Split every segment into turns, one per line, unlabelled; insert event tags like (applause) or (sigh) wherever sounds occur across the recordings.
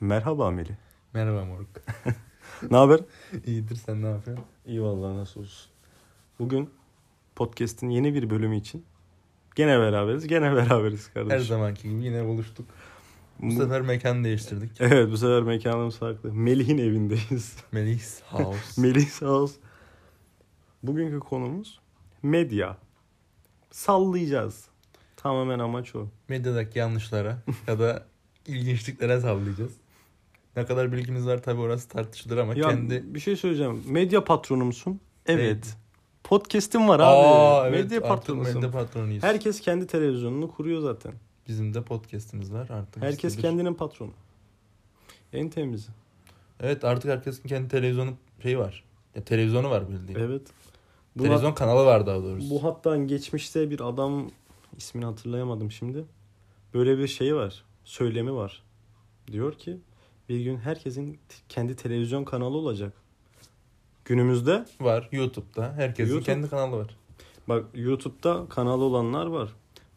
Merhaba Melih.
Merhaba moruk. (laughs)
Ne haber?
İyidir sen ne yapıyorsun?
İyi vallahi nasıl olsun. Bugün podcast'in yeni bir bölümü için gene beraberiz. Gene (laughs) beraberiz
Her
kardeşim.
zamanki gibi yine buluştuk. Bu
Bu-
sefer mekan değiştirdik.
Evet bu sefer mekanımız farklı. Melih'in evindeyiz. (laughs)
Melih's House.
Melih sağ olsun. Bugünkü konumuz medya. Sallayacağız. Tamamen amaç o.
Medyadaki yanlışlara ya da ilginçliklere sallayacağız. Ne kadar bilgimiz var tabi orası tartışılır ama
Ya
kendi...
bir şey söyleyeceğim. Medya patronu musun? Evet.
Evet.
Podcast'im var abi.
Aa, evet,
medya
artık
patronu musun?
Medya patronuyuz.
Herkes kendi televizyonunu kuruyor zaten.
Bizim de podcastimiz var artık.
Herkes
işte bir-
kendinin patronu. En temizi.
Evet artık herkesin kendi televizyonu şeyi var. Ya, televizyonu var bildiğin.
Evet. Bu,
Televizyon kanalı var daha doğrusu.
bu hatta geçmişte bir adam ismini hatırlayamadım şimdi. Böyle bir şey var. Söylemi var. Diyor ki bir gün herkesin t- kendi televizyon kanalı olacak. Günümüzde
Var YouTube'da. Herkesin
YouTube.
kendi kanalı var.
bak YouTube'da kanalı olanlar var.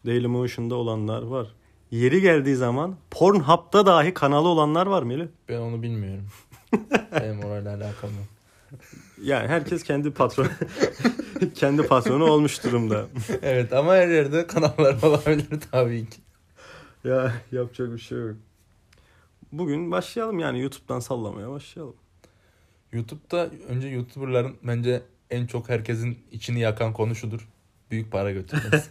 Dailymotion'da olanlar var. Yeri geldiği zaman Pornhub'da dahi kanalı olanlar var Melih.
Ben onu
(laughs)
bilmiyorum. Benim orayla alakam yok.
Yani herkes kendi patronu (laughs) kendi patronu olmuş durumda.
Evet ama her yerde kanallar (laughs) olabilir tabii ki.
Ya (laughs) yapacak bir şey yok. Bugün başlayalım yani YouTube'dan sallamaya başlayalım.
YouTube'da önce YouTuber'ların bence en çok herkesin içini yakan konu şudur. Büyük
(laughs)
para götürmesi.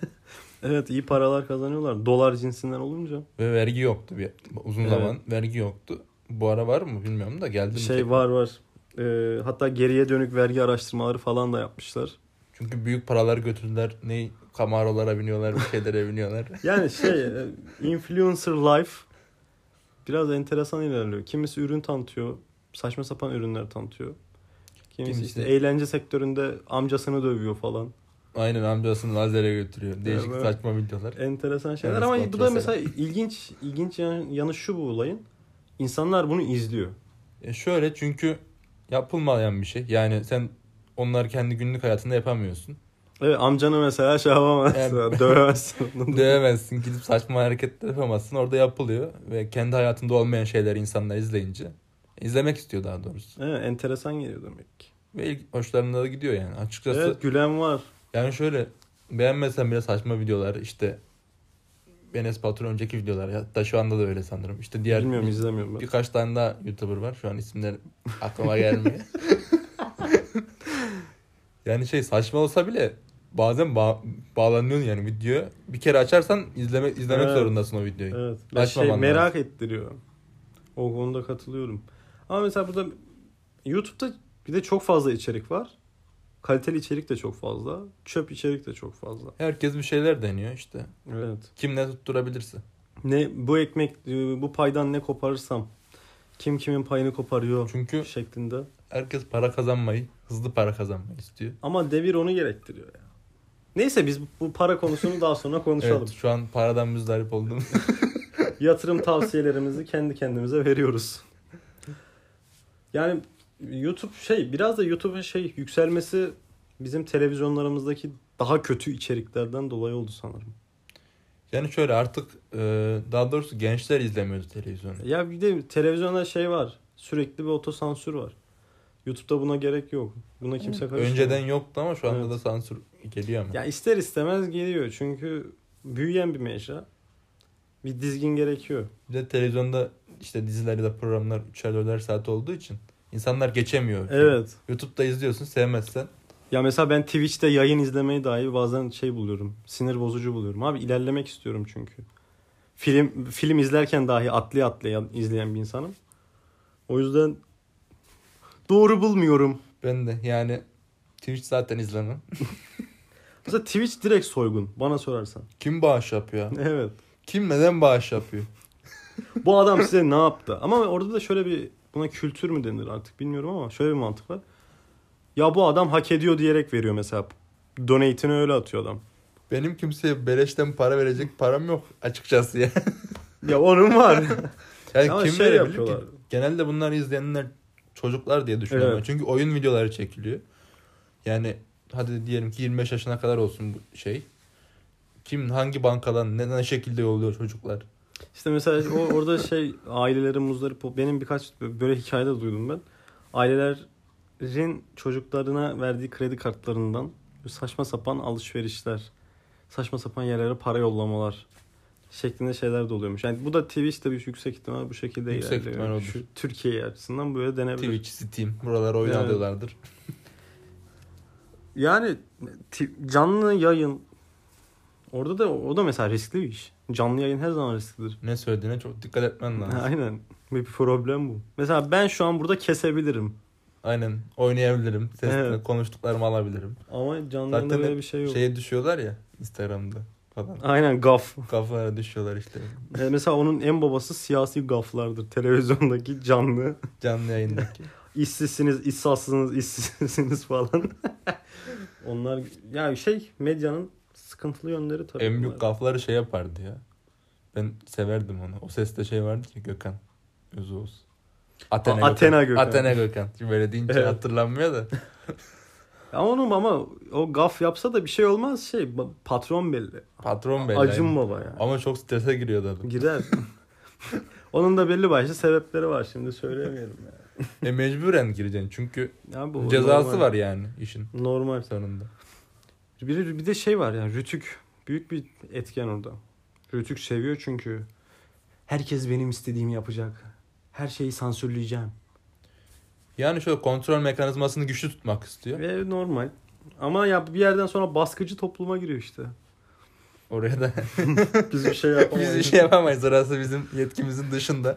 Evet iyi paralar kazanıyorlar. Dolar cinsinden olunca.
Ve vergi yoktu bir uzun
Evet.
zaman vergi yoktu. Bu ara var mı bilmiyorum da geldi mi?
Şey
tekrar?
var var. Ee, hatta geriye dönük vergi araştırmaları falan da yapmışlar.
Çünkü büyük paralar götürdüler. Ne kamarolara biniyorlar, bir
(laughs)
şeylere biniyorlar.
Yani (laughs) şey e, influencer life biraz enteresan ilerliyor. Kimisi ürün tanıtıyor. Saçma sapan ürünler tanıtıyor. Kimisi,
Kimisi-
işte eğlence sektöründe amcasını dövüyor falan.
Aynen amcasını lazere götürüyor. Değişik
Evet.
saçma videolar.
Enteresan şeyler
Evet,
ama
bak
bu da
mesela.
mesela ilginç ilginç yan- yanı şu bu olayın. İnsanlar bunu izliyor.
E şöyle çünkü yapılmayan bir şey. Yani sen onları kendi günlük hayatında yapamıyorsun.
Evet amcanı mesela şey yapamazsın. (laughs)
Evet.
Dövemezsin. onu.
(laughs) Dövemezsin gidip saçma hareketler yapamazsın. Orada yapılıyor ve kendi hayatında olmayan şeyleri insanlar izleyince izlemek istiyor daha doğrusu.
Evet, enteresan geliyor demek ki.
Ve ilk hoşlarına da gidiyor yani açıkçası.
Evet gülen var.
Yani şöyle beğenmesen bile saçma videolar işte Enes Batur önceki videolar hatta şu anda da öyle sanırım. İşte diğer
Bilmiyorum izlemiyorum ben.
birkaç tane daha YouTuber var. Şu an isimler
(laughs)
aklıma gelmiyor. yani şey saçma olsa bile bazen ba- bağlanıyorsun yani videoya. Bir kere açarsan izleme izlemek
Evet.
zorundasın o videoyu.
Evet. Ya şey,
Açmaman
merak ettiriyor. O konuda katılıyorum. Ama mesela burada YouTube'da bir de çok fazla içerik var. Kaliteli içerik de çok fazla. Çöp içerik de çok fazla.
Herkes bir şeyler deniyor işte.
Evet.
Kim ne tutturabilirse.
Ne bu ekmek bu paydan ne koparırsam kim kimin payını koparıyor
Çünkü
şeklinde.
herkes para kazanmayı, hızlı para kazanmayı istiyor.
Ama devir onu gerektiriyor ya. Neyse biz bu para konusunu daha sonra konuşalım.
Evet şu an paradan müzdarip oldum. (laughs)
yatırım tavsiyelerimizi kendi kendimize veriyoruz. Yani YouTube şey biraz da YouTube'un şey yükselmesi bizim televizyonlarımızdaki daha kötü içeriklerden dolayı oldu sanırım.
yani şöyle artık e, daha doğrusu gençler izlemiyordu televizyonu.
Ya bir de televizyonda şey var. Sürekli bir otosansür var. YouTube'da buna gerek yok. Buna kimse karışmıyor.
Önceden yoktu ama şu anda
şey Evet.
da sansür geliyor ama.
Ya ister istemez geliyor çünkü büyüyen bir mecra. Bir dizgin gerekiyor.
Bir de televizyonda işte diziler ya da programlar 3'er 4'er saat olduğu için insanlar geçemiyor.
Evet.
YouTube'da izliyorsun sevmezsen.
Ya mesela ben Twitch'te yayın izlemeyi dahi bazen şey buluyorum. Sinir bozucu buluyorum. Abi ilerlemek istiyorum çünkü. Film film izlerken dahi atlaya atlaya izleyen bir insanım. O yüzden doğru bulmuyorum.
Ben de yani Twitch zaten izlemem.
Mesela Twitch direkt soygun bana sorarsan.
Kim bağış yapıyor?
(laughs) Evet.
Kim neden bağış yapıyor?
Bu adam size ne yaptı? Ama orada da şöyle bir buna kültür mü denir artık bilmiyorum ama şöyle bir mantık var. Ya bu adam hak ediyor diyerek veriyor mesela. Donate'ini öyle atıyor adam.
Benim kimseye beleşten para verecek param yok
(laughs)
açıkçası ya.
Ya onun (laughs) var.
Yani
Ama
kim
şey
verebilir
yapıyorlar.
ki? Genelde bunları izleyenler çocuklar diye düşünüyorum.
Evet.
Çünkü oyun videoları çekiliyor. Yani hadi diyelim ki 25 yaşına kadar olsun bu şey. Kim hangi bankadan ne, ne şekilde yolluyor çocuklar?
İşte mesela o orada şey ailelerin muzdarip ol- benim birkaç böyle hikayede duydum ben. Ailelerin çocuklarına verdiği kredi kartlarından saçma sapan alışverişler, saçma sapan yerlere para yollamalar şeklinde şeyler de oluyormuş. Yani bu da Twitch'te bir yüksek ihtimal bu şekilde
Yüksek
ilerliyor.
ihtimal odur.
Şu Türkiye açısından böyle denebilir.
Twitch, Steam buralara oyun
Evet.
alıyorlardır.
Yani ti- canlı yayın orada da o da mesela riskli bir iş. Canlı yayın her zaman risklidir.
Ne söylediğine çok dikkat etmen lazım.
Aynen. Bir problem bu. Mesela ben şu an burada kesebilirim.
Aynen. Oynayabilirim. Sesle
Evet.
konuştuklarımı alabilirim.
Ama canlı
Zaten
yayında böyle
hep
bir şey yok.
Şeye düşüyorlar ya Instagram'da
(laughs)
falan.
Aynen gaf.
Kafalara düşüyorlar işte.
E, mesela onun en babası siyasi gaflardır. Televizyondaki canlı.
Canlı yayındaki.
İşsizsiniz, işsizsiniz, işsizsiniz falan. (laughs) Onlar yani şey medyanın sıkıntılı yönleri tabii.
en
bunlar.
büyük kafaları şey yapardı ya. Ben severdim onu. O seste şey vardı ki Gökhan. Özoğuz. Athena,
Aa, Athena Gökhan.
Gökhan. Athena Gökhan. Şimdi böyle deyince
Evet.
hatırlanmıyor da.
Ama onun ama o gaf yapsa da bir şey olmaz şey ba- patron belli.
Patron belli.
Acın
aynen.
baba ya.
Ama çok strese giriyordu adam. (laughs)
Girer. onun da belli başlı sebepleri var şimdi söyleyemiyorum ya.
e mecburen gireceksin çünkü
Ya bu
cezası
normal.
var yani işin
Normal.
sonunda.
Bir, bir de şey var yani Rütük büyük bir etken orada. Rütük seviyor çünkü herkes benim istediğimi yapacak. Her şeyi sansürleyeceğim.
Yani şöyle kontrol mekanizmasını güçlü tutmak istiyor.
Ve normal. Ama ya bir yerden sonra baskıcı topluma giriyor işte.
Oraya da
(laughs) Biz bir şey
biz
yapamayız.
bir şey yapamayız. Orası bizim yetkimizin dışında.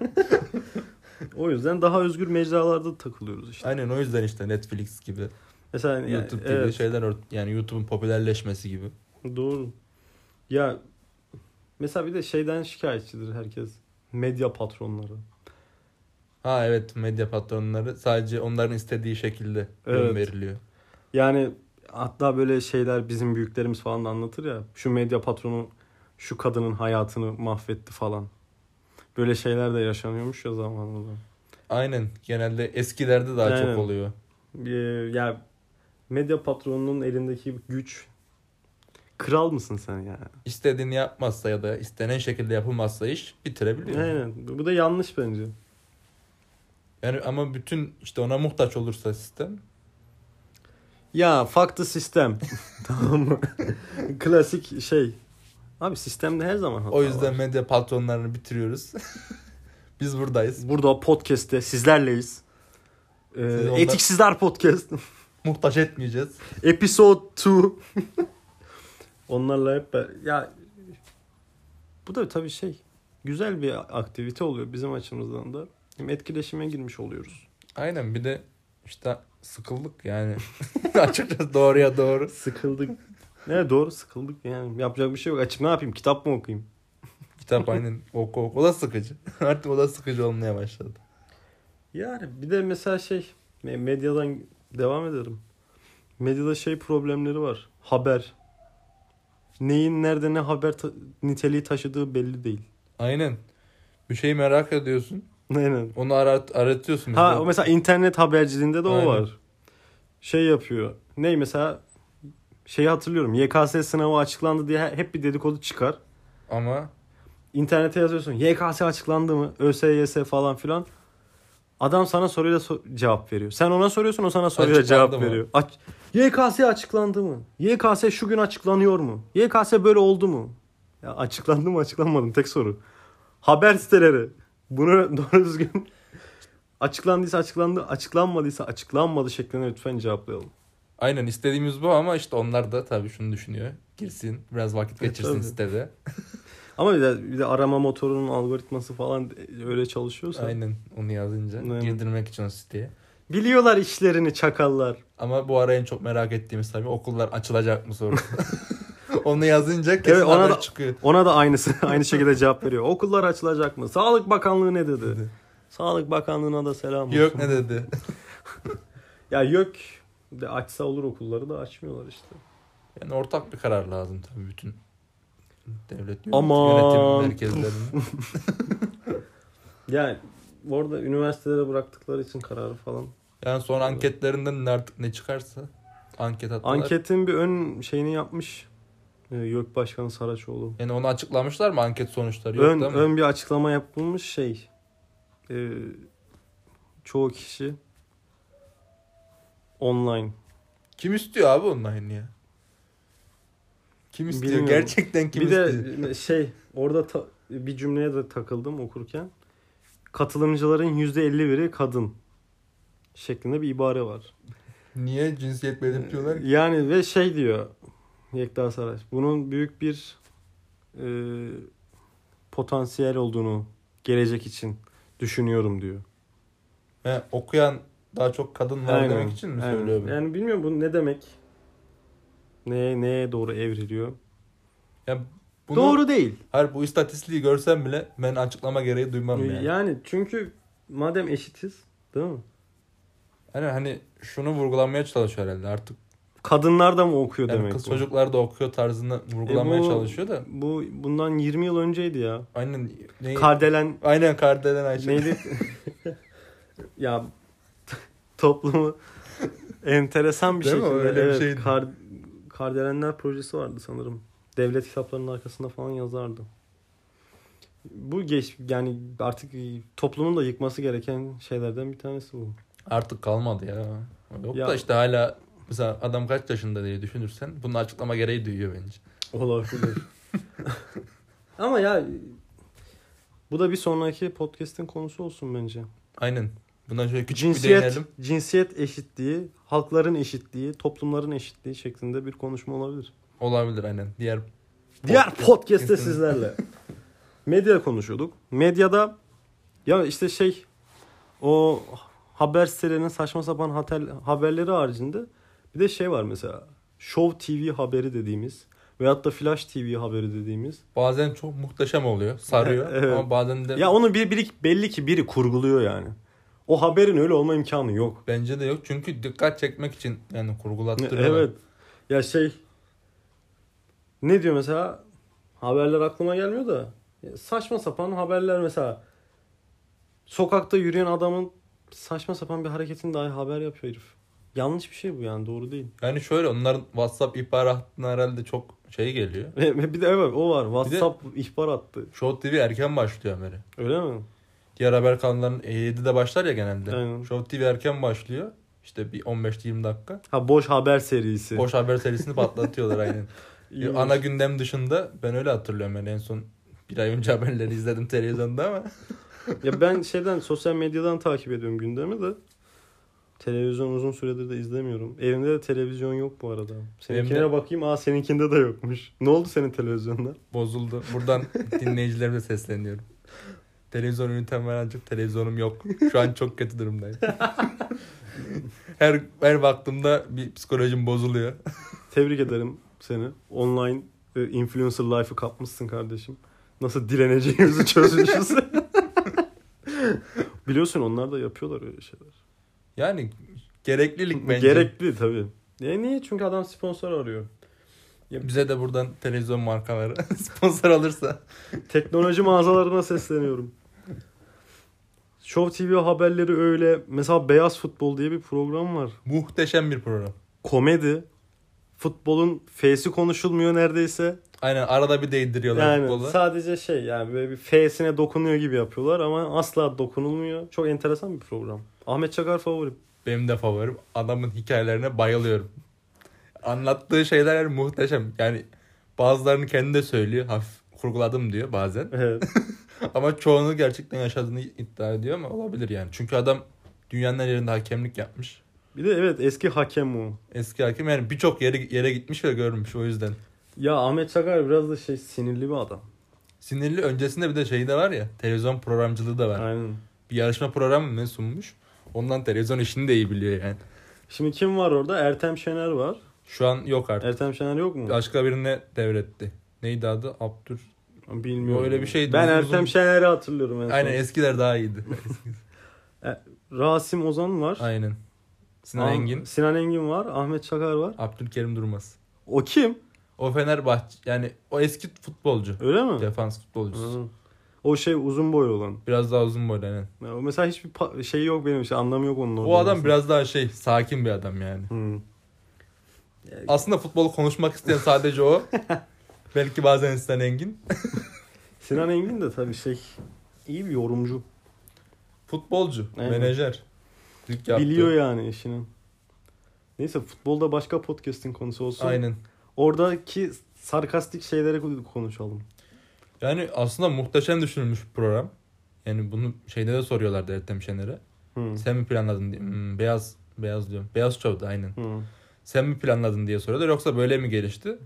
O yüzden daha özgür mecralarda takılıyoruz işte.
Aynen o yüzden işte Netflix gibi,
Mesela yani-
YouTube gibi
evet,
şeyler ort- yani YouTube'un popülerleşmesi gibi.
Doğru. Ya mesela bir de şeyden şikayetçidir herkes. Medya patronları.
Ha evet medya patronları sadece onların istediği şekilde
Evet.
veriliyor.
Yani hatta böyle şeyler bizim büyüklerimiz falan da anlatır ya. Şu medya patronu şu kadının hayatını mahvetti falan. Böyle şeyler de yaşanıyormuş ya zamanında.
Aynen genelde eskilerde daha
Aynen.
çok oluyor.
Ee, ya medya patronunun elindeki güç kral mısın sen ya?
İstediğini yapmazsa ya da istenen şekilde yapılmazsa iş bitirebiliyor.
Aynen. Bu bu da yanlış bence.
Yani ama bütün işte ona muhtaç olursa sistem
Ya fuck the sistem. (laughs) tamam mı? Klasik şey. Abi sistemde her zaman hata
O yüzden
var.
medya patronlarını bitiriyoruz. (laughs) Biz buradayız.
Burada podcast'te sizlerleyiz. Ee,
Siz ondan-
Etiksizler Podcast.
Muhtaç etmeyeceğiz.
Episode 2. (laughs) Onlarla hep ben- ya bu da tabii şey güzel bir aktivite oluyor bizim açımızdan da. Hem etkileşime girmiş oluyoruz.
Aynen bir de işte sıkıldık yani. (laughs) Açıkçası doğruya doğru.
Sıkıldık. (laughs) Ne doğru sıkıldık yani. Yapacak bir şey yok. Açık ne yapayım? Kitap mı okuyayım?
Kitap aynen oku oku. O da sıkıcı. (laughs) Artık o da sıkıcı olmaya başladı.
Yani bir de mesela şey me- medyadan devam ederim. Medyada şey problemleri var. Haber. Neyin nerede ne haber ta- niteliği taşıdığı belli değil. (laughs)
Aynen. Bir şeyi merak ediyorsun.
Aynen.
Onu arat, aratıyorsun.
Ha
Mesela
o mesela internet haberciliğinde de
Aynen.
o var. Şey yapıyor. Ney mesela şeyi hatırlıyorum. YKS sınavı açıklandı diye hep bir dedikodu çıkar.
Ama
İnternete yazıyorsun. YKS açıklandı mı? ÖSYS falan filan. Adam sana soruyla so- cevap veriyor. Sen ona soruyorsun o sana soruyla
Açıklandı
cevap
mı?
veriyor. Aç- YKS açıklandı mı? YKS şu gün açıklanıyor mu? YKS böyle oldu mu? Ya açıklandı mı açıklanmadı mı? Tek soru. Haber siteleri. Bunu (laughs) doğru düzgün açıklandıysa açıklandı, açıklanmadıysa açıklanmadı şeklinde lütfen cevaplayalım.
aynen istediğimiz bu ama işte onlar da tabii şunu düşünüyor. Girsin biraz vakit geçirsin
E, tabii.
sitede.
Ama bir de, bir de arama motorunun algoritması falan öyle çalışıyorsa.
Aynen onu yazınca.
Aynen.
Girdirmek için o siteye.
Biliyorlar işlerini çakallar.
Ama bu ara en çok merak ettiğimiz tabii okullar açılacak
(laughs)
mı sorusu. (laughs) Onu yazınca kesin
Evet, ona
haber
da-
çıkıyor.
Ona da aynısı (laughs) aynı şekilde cevap veriyor. Okullar açılacak mı? Sağlık Bakanlığı ne dedi? Sağlık Bakanlığı'na da selam olsun.
Yok ne dedi?
Ya yok de açsa olur okulları da açmıyorlar işte.
Yani ortak bir karar lazım tabii bütün devlet yönetim,
Aman.
yönetim merkezlerinin.
Yani orada üniversitelere bıraktıkları için kararı falan.
Yani son anketlerinden artık ne çıkarsa anket attılar.
Anketin bir ön şeyini yapmış. Ee, YÖK Başkanı Saraçoğlu.
Yani onu açıklamışlar mı anket sonuçları yok
Ön,
değil mi?
ön bir açıklama yapılmış şey. Ee, çoğu kişi online.
Kim istiyor abi online ya? Kim istiyor?
Bilmiyorum.
Gerçekten kim
bir de
istiyor?
şey orada ta- bir cümleye de takıldım okurken. Katılımcıların %51'i kadın şeklinde bir ibare var.
Niye cinsiyet belirtiyorlar ki?
Yani ve şey diyor Yekta Saray. Bunun büyük bir e, potansiyel olduğunu gelecek için düşünüyorum diyor.
He, okuyan daha çok kadın var
Ee, Aynen,
demek için mi
aynen.
söylüyor bunu?
Yani bilmiyorum bu ne demek. Neye, neye doğru evriliyor.
Ya bunu,
Doğru değil.
Hayır bu istatistiği görsem bile ben açıklama gereği duymam yani.
Yani. çünkü madem eşitiz değil mi?
Yani hani şunu vurgulamaya çalışıyor herhalde artık.
Kadınlar da mı okuyor
Yani
demek
kız
bu? E
çocuklar da okuyor tarzında vurgulamaya
bu-
çalışıyor da.
Bu bundan 20 yıl önceydi ya.
Aynen ne,
Kardelen
aynen Kardelen Ayşe. (laughs)
Neydi? ya toplumu enteresan bir
Değil mi?
şekilde.
Öyle bir
evet,
şeydi.
Kar, Kardelenler projesi vardı sanırım. Devlet kitaplarının arkasında falan yazardı. Bu geç yani artık toplumun da yıkması gereken şeylerden bir tanesi bu.
Artık kalmadı ya. Yok
Ya-
da işte hala mesela adam kaç yaşında diye düşünürsen bunun açıklama gereği duyuyor bence.
Olabilir. (laughs) Ama ya bu da bir sonraki podcast'in konusu olsun bence.
Aynen. Buna şöyle küçük bir
cinsiyet
değinelim.
cinsiyet eşitliği, halkların eşitliği, toplumların eşitliği şeklinde bir konuşma olabilir.
Olabilir aynen. Diğer
Diğer podcast'te
Kesinlikle. (laughs)
sizlerle. Medya konuşuyorduk. Medyada ya işte şey o haber sitelerinin saçma sapan hatel, haberleri haricinde bir de şey var mesela Show TV haberi dediğimiz veyahut da Flash TV haberi dediğimiz.
bazen çok muhteşem oluyor.
(laughs)
Sarıyor.
Evet.
Ama bazen de
Ya onu bir, bir- belli ki biri kurguluyor yani. O haberin öyle olma imkanı yok.
bence de yok. Çünkü dikkat çekmek için yani kurgulattırıyorlar.
Evet. Ya şey ne diyor mesela haberler aklıma gelmiyor da ya saçma sapan haberler mesela sokakta yürüyen adamın saçma sapan bir hareketini dahi haber yapıyor herif. Yanlış bir şey bu yani doğru değil.
Yani şöyle onların WhatsApp ihbar hattına herhalde çok şey geliyor.
(laughs) Ve bir de evet o var. WhatsApp ihbar attı.
Show TV erken başlıyor haberi.
Öyle mi?
Diğer haber kanallarının 7'de başlar ya genelde.
Aynen.
Show TV erken başlıyor. İşte bir 15-20 dakika.
Ha boş haber serisi.
Boş haber serisini patlatıyorlar
(laughs)
aynen.
İyiymiş.
Ana gündem dışında ben öyle hatırlıyorum yani en son bir ay önce haberleri izledim televizyonda ama
ya ben şeyden sosyal medyadan takip ediyorum gündemi de. Televizyon uzun süredir de izlemiyorum. Evimde de televizyon yok bu arada. Seninkine
Evimde-
bakayım. Aa seninkinde de yokmuş. Ne oldu senin televizyonda?
bozuldu. Buradan dinleyicilerime sesleniyorum. Televizyon ünitem var ancak televizyonum yok. Şu an çok kötü durumdayım. her her baktığımda bir psikolojim bozuluyor.
Tebrik ederim seni. Online e, influencer life'ı kapmışsın kardeşim. Nasıl direneceğimizi çözmüşüz. Biliyorsun onlar da yapıyorlar öyle şeyler.
Yani gereklilik bence.
Gerekli tabii. E niye? Çünkü adam sponsor arıyor.
Bize de buradan televizyon markaları (laughs) sponsor alırsa.
Teknoloji mağazalarına sesleniyorum. Show TV haberleri öyle. Mesela Beyaz Futbol diye bir program var.
Muhteşem bir program.
Komedi. Futbolun F'si konuşulmuyor neredeyse.
Aynen arada bir değdiriyorlar
Yani
futbolu.
sadece şey yani böyle bir F'sine dokunuyor gibi yapıyorlar ama asla dokunulmuyor. Çok enteresan bir program. Ahmet Çakar favorim. (laughs)
Benim de favorim. Adamın hikayelerine bayılıyorum. Anlattığı şeyler muhteşem. Yani bazılarını kendi de söylüyor. Hafif kurguladım diyor bazen.
Evet.
Ama çoğunu gerçekten yaşadığını iddia ediyor ama olabilir yani. Çünkü adam dünyanın her yerinde hakemlik yapmış.
bir de evet eski hakem o.
Eski hakem yani birçok yere, yere gitmiş ve görmüş o yüzden.
Ya Ahmet Çakar biraz da şey sinirli bir adam.
Sinirli öncesinde bir de şey de var ya. Televizyon programcılığı da var.
Aynen.
Bir yarışma programı mı sunmuş? Ondan televizyon işini de iyi biliyor yani.
Şimdi kim var orada? Ertem Şener var.
Şu an yok artık.
Ertem Şener yok mu?
Başka birine devretti. Neydi adı? Abdür.
Bilmiyorum.
Öyle bir şeydi.
Ben
Uzun-
Ertem Şener'i hatırlıyorum en son.
Aynen eskiler daha iyiydi.
Rasim Ozan var.
Aynen. Sinan
Ah-
Engin,
Sinan Engin var. Ahmet Çakar var.
Abdülkerim Durmaz.
O kim?
O Fenerbahçe yani o eski futbolcu.
Öyle mi?
Defans futbolcusu.
Hı. O şey uzun boy olan.
Biraz daha uzun boylu aynen.
Ya o Mesela hiçbir pa- şey yok benim şey anlamı yok onun orada.
O adam
olmasının.
biraz daha şey sakin bir adam yani.
Hı. (laughs)
Aslında futbolu konuşmak isteyen sadece o. Belki bazen Sinan Engin.
Sinan Engin de tabii şey iyi bir yorumcu.
Futbolcu,
Aynen.
menajer. Lig yaptı.
Biliyor yani işinin. Neyse futbolda başka podcast'in konusu olsun.
Aynen.
Oradaki sarkastik şeylere konuşalım.
Yani aslında muhteşem düşünülmüş bir program. Yani bunu şeyde de soruyorlardı Ertem Şener'e.
Hı.
Sen mi planladın diye. Hmm, beyaz, beyaz diyorum. Beyaz Show'da aynen.
Hı.
Sen mi planladın diye soruyorlar yoksa böyle mi gelişti?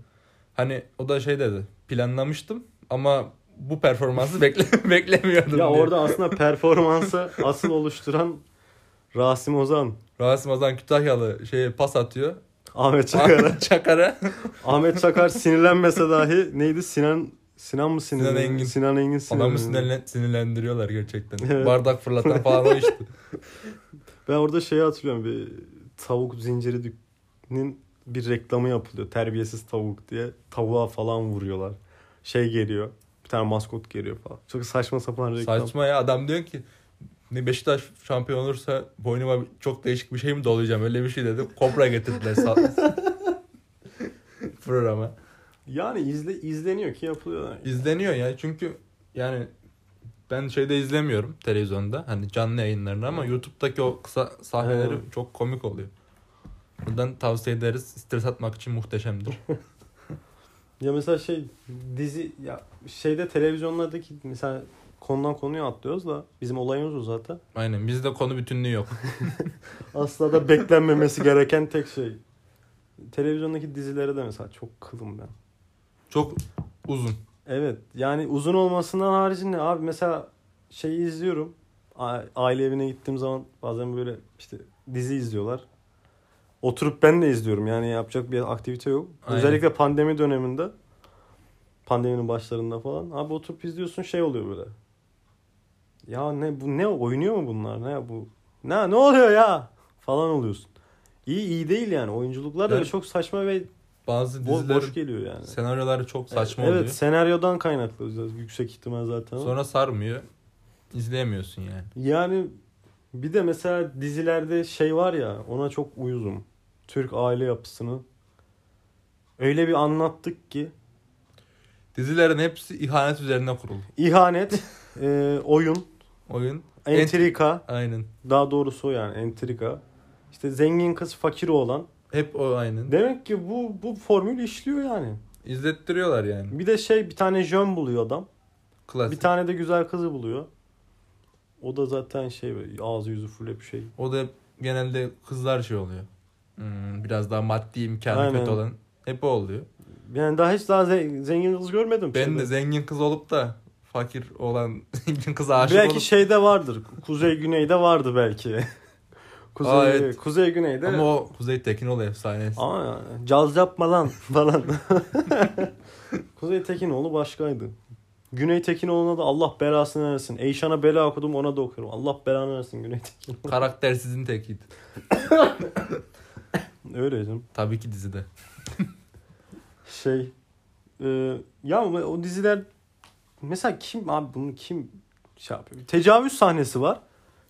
Hani o da şey dedi. Planlamıştım ama bu performansı (laughs) bekle beklemiyordum
Ya
diye.
orada aslında performansı asıl oluşturan Rasim Ozan,
Rasim Ozan Kütahyalı şey pas atıyor.
Ahmet
(laughs)
Çakar.
Çakara.
Ahmet Çakar sinirlenmese dahi neydi Sinan Sinan mı sinirlendi?
Sinan Engin.
Sinan Engin sinirlendi.
Adamı sinirlen- sinirlendiriyorlar gerçekten.
(laughs) Evet.
Bardak fırlatan falan o işte.
Ben orada şeyi hatırlıyorum bir tavuk zinciri dükkanının bir reklamı yapılıyor. Terbiyesiz tavuk diye tavuğa falan vuruyorlar. Şey geliyor. Bir tane maskot geliyor falan. Çok saçma sapan (laughs) reklam.
Saçma ya adam diyor ki ne Beşiktaş şampiyon olursa boynuma çok değişik bir şey mi dolayacağım öyle bir şey dedi. Kobra
(laughs)
getirdiler sağ programa.
Yani izle izleniyor ki yapılıyor.
İzleniyor ya çünkü yani ben şeyde izlemiyorum televizyonda hani canlı yayınlarını ama YouTube'daki o kısa sahneleri
Evet.
çok komik oluyor. Buradan tavsiye ederiz. Stres atmak için muhteşemdir.
Ya mesela şey dizi ya şeyde televizyonlardaki mesela konudan konuya atlıyoruz da bizim olayımız o zaten.
Aynen bizde konu bütünlüğü yok.
Asla da beklenmemesi gereken tek şey. Televizyondaki dizilere de mesela çok kılım ben.
Çok uzun.
Evet yani uzun olmasından haricinde abi mesela şeyi izliyorum. A- Aile evine gittiğim zaman bazen böyle işte dizi izliyorlar. Oturup ben de izliyorum yani yapacak bir aktivite yok.
Aynen.
Özellikle pandemi döneminde pandeminin başlarında falan abi oturup izliyorsun şey oluyor böyle. Ya ne bu ne oynuyor mu bunlar ne ya bu ne ne oluyor ya falan oluyorsun. İyi iyi değil yani oyunculuklar da
Evet.
çok saçma ve
Bazı
bo-
diziler
boş geliyor yani.
senaryoları çok saçma
Evet,
oluyor.
senaryodan kaynaklı yüksek ihtimal zaten.
Sonra sarmıyor. İzleyemiyorsun yani.
Yani bir de mesela dizilerde şey var ya ona çok uyuzum. Türk aile yapısını öyle bir anlattık ki
Dizilerin hepsi ihanet üzerine kuruldu. (laughs)
ihanet, e, oyun,
Oyun. Ent-
entrika,
Aynen.
daha doğrusu o yani entrika. İşte zengin kız fakiri olan.
Hep o aynen.
Demek ki bu bu formül işliyor yani.
İzlettiriyorlar yani.
Bir de şey bir tane jön buluyor adam.
Klasik.
Bir tane de güzel kızı buluyor. O da zaten şey böyle ağzı yüzü full bir şey.
O da hep genelde kızlar şey oluyor. Hmm, biraz daha maddi imkanı
Aynen.
kötü olan. Hep o oluyor.
Yani daha hiç daha ze- zengin kız görmedim.
Ben
Şeyde.
de zengin kız olup da fakir olan (laughs) zengin kıza aşık
Belki şey
olup.
şeyde vardır. Kuzey güneyde vardı belki. (laughs) kuzey,
Aa, evet.
kuzey güneyde.
Ama
Ama,
o Kuzey Tekinoğlu efsanesi.
yani caz yapma lan falan. (laughs) kuzey Tekinoğlu başkaydı. Güney Tekinoğlu'na da Allah belasını versin. Eyşan'a bela okudum ona da okuyorum. Allah belanı versin Güney Tekinoğlu. (laughs)
Karaktersizin tekiydi.
Öyle canım.
Tabii ki dizide.
Şey e, ya ama o diziler mesela kim abi bunu kim şey yapıyor? Tecavüz sahnesi var.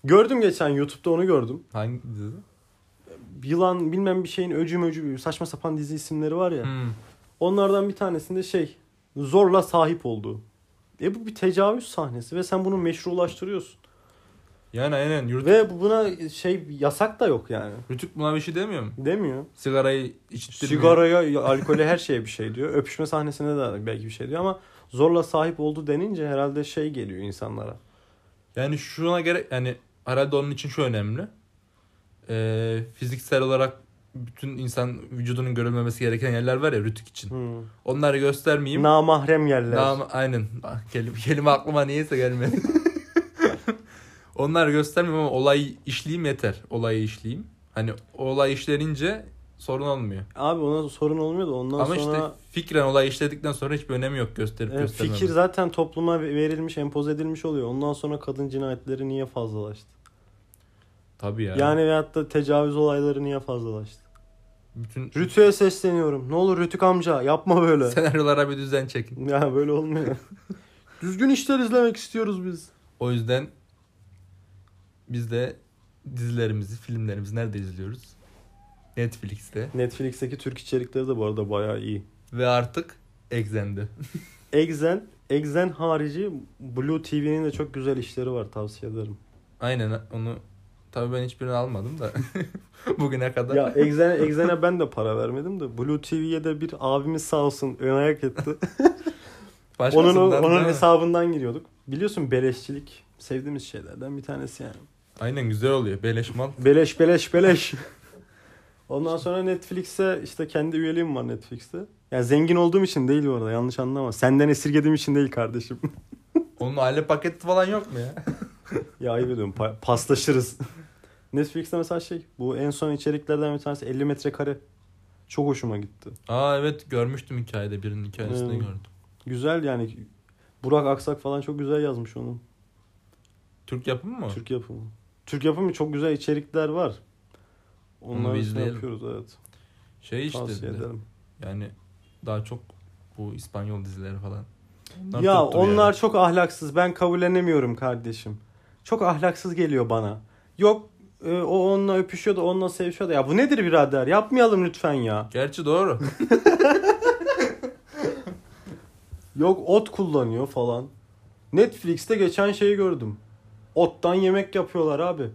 Gördüm geçen YouTube'da onu gördüm.
Hangi dizi?
Yılan bilmem bir şeyin öcü möcü bir saçma sapan dizi isimleri var ya.
Hmm.
Onlardan bir tanesinde şey zorla sahip oldu. E bu bir tecavüz sahnesi ve sen bunu meşrulaştırıyorsun.
Yani aynen. Rütük,
Ve bu- buna şey yasak da yok yani.
Rütük buna bir şey demiyor mu?
Demiyor.
Sigarayı içtirmiyor.
Sigaraya, alkole her şeye bir şey diyor. Öpüşme sahnesine de belki bir şey diyor ama zorla sahip oldu denince herhalde şey geliyor insanlara.
Yani şuna gerek yani herhalde onun için şu önemli. Ee, fiziksel olarak bütün insan vücudunun görülmemesi gereken yerler var ya rütük için.
Hmm.
Onları göstermeyeyim.
Namahrem yerler.
Nam- aynen. Ah, Kelime, kelime aklıma niyeyse gelmedi. (laughs) Onları göstermeyeyim ama olayı işleyeyim yeter. Olayı işleyeyim. Hani olay işlenince sorun olmuyor.
Abi ona sorun olmuyor da ondan
ama
sonra
işte fikren olay işledikten sonra hiçbir önemi yok gösterip
e,
göstermemek.
fikir zaten topluma verilmiş, empoze edilmiş oluyor. Ondan sonra kadın cinayetleri niye fazlalaştı?
Tabii ya.
Yani veyahut da tecavüz olayları niye fazlalaştı?
bütün
Rütü'ye sesleniyorum. Ne olur Rütük amca yapma böyle.
senaryolara bir düzen çekin.
Ya böyle olmuyor. (laughs) Düzgün işler izlemek istiyoruz biz.
O yüzden biz de dizilerimizi, filmlerimizi nerede izliyoruz? Netflix'te.
Netflix'teki Türk içerikleri de bu arada bayağı iyi.
Ve artık Exendi.
Exen, Exen harici Blue TV'nin de çok güzel işleri var tavsiye ederim.
Aynen onu tabii ben hiçbirini almadım da (laughs) bugüne kadar.
Ya Exen'e Exen'e ben de para vermedim de Blue TV'ye de bir abimiz sağ olsun ön ayak etti. onun
Başkasından
onun
da-
hesabından giriyorduk. Biliyorsun beleşçilik sevdiğimiz şeylerden bir tanesi yani.
Aynen güzel oluyor. Beleş mal.
Beleş beleş beleş. Ondan sonra Netflix'e işte kendi üyeliğim var Netflix'te. Ya zengin olduğum için değil bu arada yanlış anlama. Senden esirgediğim için değil kardeşim. (laughs)
Onun aile paketi falan yok mu ya?
ya ayıp ediyorum pa- paslaşırız. (laughs) Netflix'te mesela şey bu en son içeriklerden bir tanesi 50 metrekare. Çok hoşuma gitti.
Aa evet görmüştüm hikayede birinin hikayesinde
Hmm.
gördüm.
Güzel yani. Burak Aksak falan çok güzel yazmış onu.
Türk yapımı mı?
Türk yapımı. Türk yapımı çok güzel içerikler var.
Onu
Onları
bir
şey
izleyelim.
yapıyoruz evet.
Şey işte.
Tavsiye
bir de.
ederim.
Yani daha çok bu İspanyol dizileri falan. Onlar
ya
tuttu bir
onlar
ara.
çok ahlaksız. Ben kabullenemiyorum kardeşim. Çok ahlaksız geliyor bana. Yok e, o onunla öpüşüyor da onunla sevişiyor da. Ya bu nedir birader? Yapmayalım lütfen ya.
Gerçi doğru.
Yok ot kullanıyor falan. Netflix'te geçen şeyi gördüm. Ottan yemek yapıyorlar abi.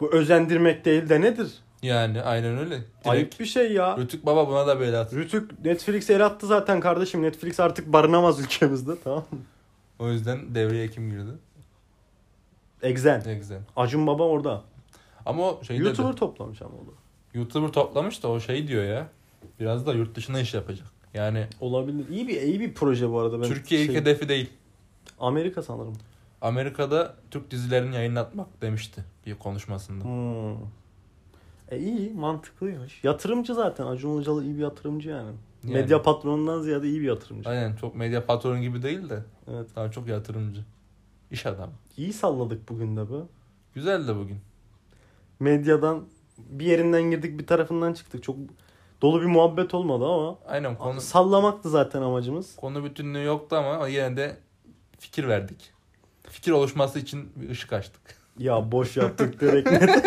Bu özendirmek değil de nedir?
yani aynen öyle. Direkt
Ayıp bir şey ya.
Rütük Baba buna da bela atıyor.
Rütük Netflix'e el attı zaten kardeşim. Netflix artık barınamaz ülkemizde tamam mı?
O yüzden devreye kim girdi?
Exen.
Ne güzel.
Acun Baba orada.
Ama o şey
YouTuber
dedi.
toplamış ama o da.
YouTuber toplamış da o şey diyor ya. Biraz da yurt dışına iş yapacak. Yani
Olabilir. İyi bir iyi bir proje bu arada. Ben
Türkiye ilk
şey-
hedefi değil.
Amerika sanırım.
Amerika'da Türk dizilerini yayınlatmak demişti bir konuşmasında.
Hmm. E iyi mantıklıymış. Yatırımcı zaten. Acun Ilıcalı iyi bir yatırımcı yani.
Yani.
Medya patronundan ziyade iyi bir yatırımcı.
Aynen çok medya patronu gibi değil de
Evet.
daha çok yatırımcı. İş adamı.
İyi salladık bugün de be.
Güzel de bugün.
Medyadan bir yerinden girdik bir tarafından çıktık. Çok dolu bir muhabbet olmadı ama
Aynen konu,
sallamaktı zaten amacımız.
konu bütünlüğü yoktu ama yine de fikir verdik. Fikir oluşması için bir ışık açtık.
Ya boş yaptık direkt
(laughs)
net.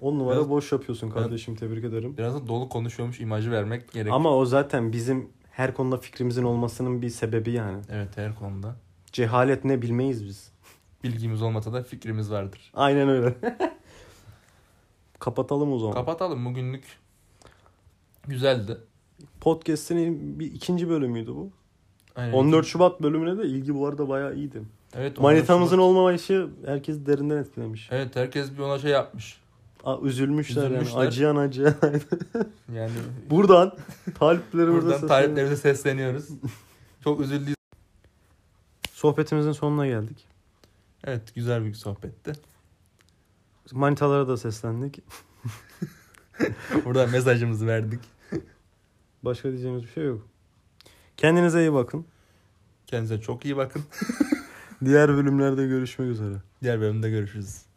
On numara
Biraz-
boş yapıyorsun kardeşim tebrik ederim.
Biraz da dolu konuşuyormuş imajı vermek gerek.
Ama o zaten bizim her konuda fikrimizin olmasının bir sebebi yani.
Evet her konuda.
Cehalet ne bilmeyiz biz.
Bilgimiz olmasa da fikrimiz vardır.
Aynen öyle. (laughs) Kapatalım o zaman.
Kapatalım bugünlük. Güzeldi.
Podcast'in bir ikinci bölümüydü bu.
Aynen.
14 Şubat bölümüne de ilgi bu arada bayağı iyiydi.
Evet, 14
Manitamızın
Şubat.
olmayışı herkesi derinden etkilemiş.
Evet herkes bir ona şey yapmış.
Aa, üzülmüşler,
Üzülmüşler.
yani. Acıyan acıyan.
Yani
(laughs)
(laughs)
Buradan taliplerimize
buradan
sesleniyorum.
taleplerimize sesleniyoruz. Çok üzüldüğü
Sohbetimizin sonuna geldik.
Evet güzel bir sohbetti.
Manitalara da seslendik.
Burada mesajımızı verdik.
Başka diyeceğimiz bir şey yok. Kendinize iyi bakın.
Kendinize çok iyi bakın.
Diğer bölümlerde görüşmek üzere.
Diğer bölümde görüşürüz.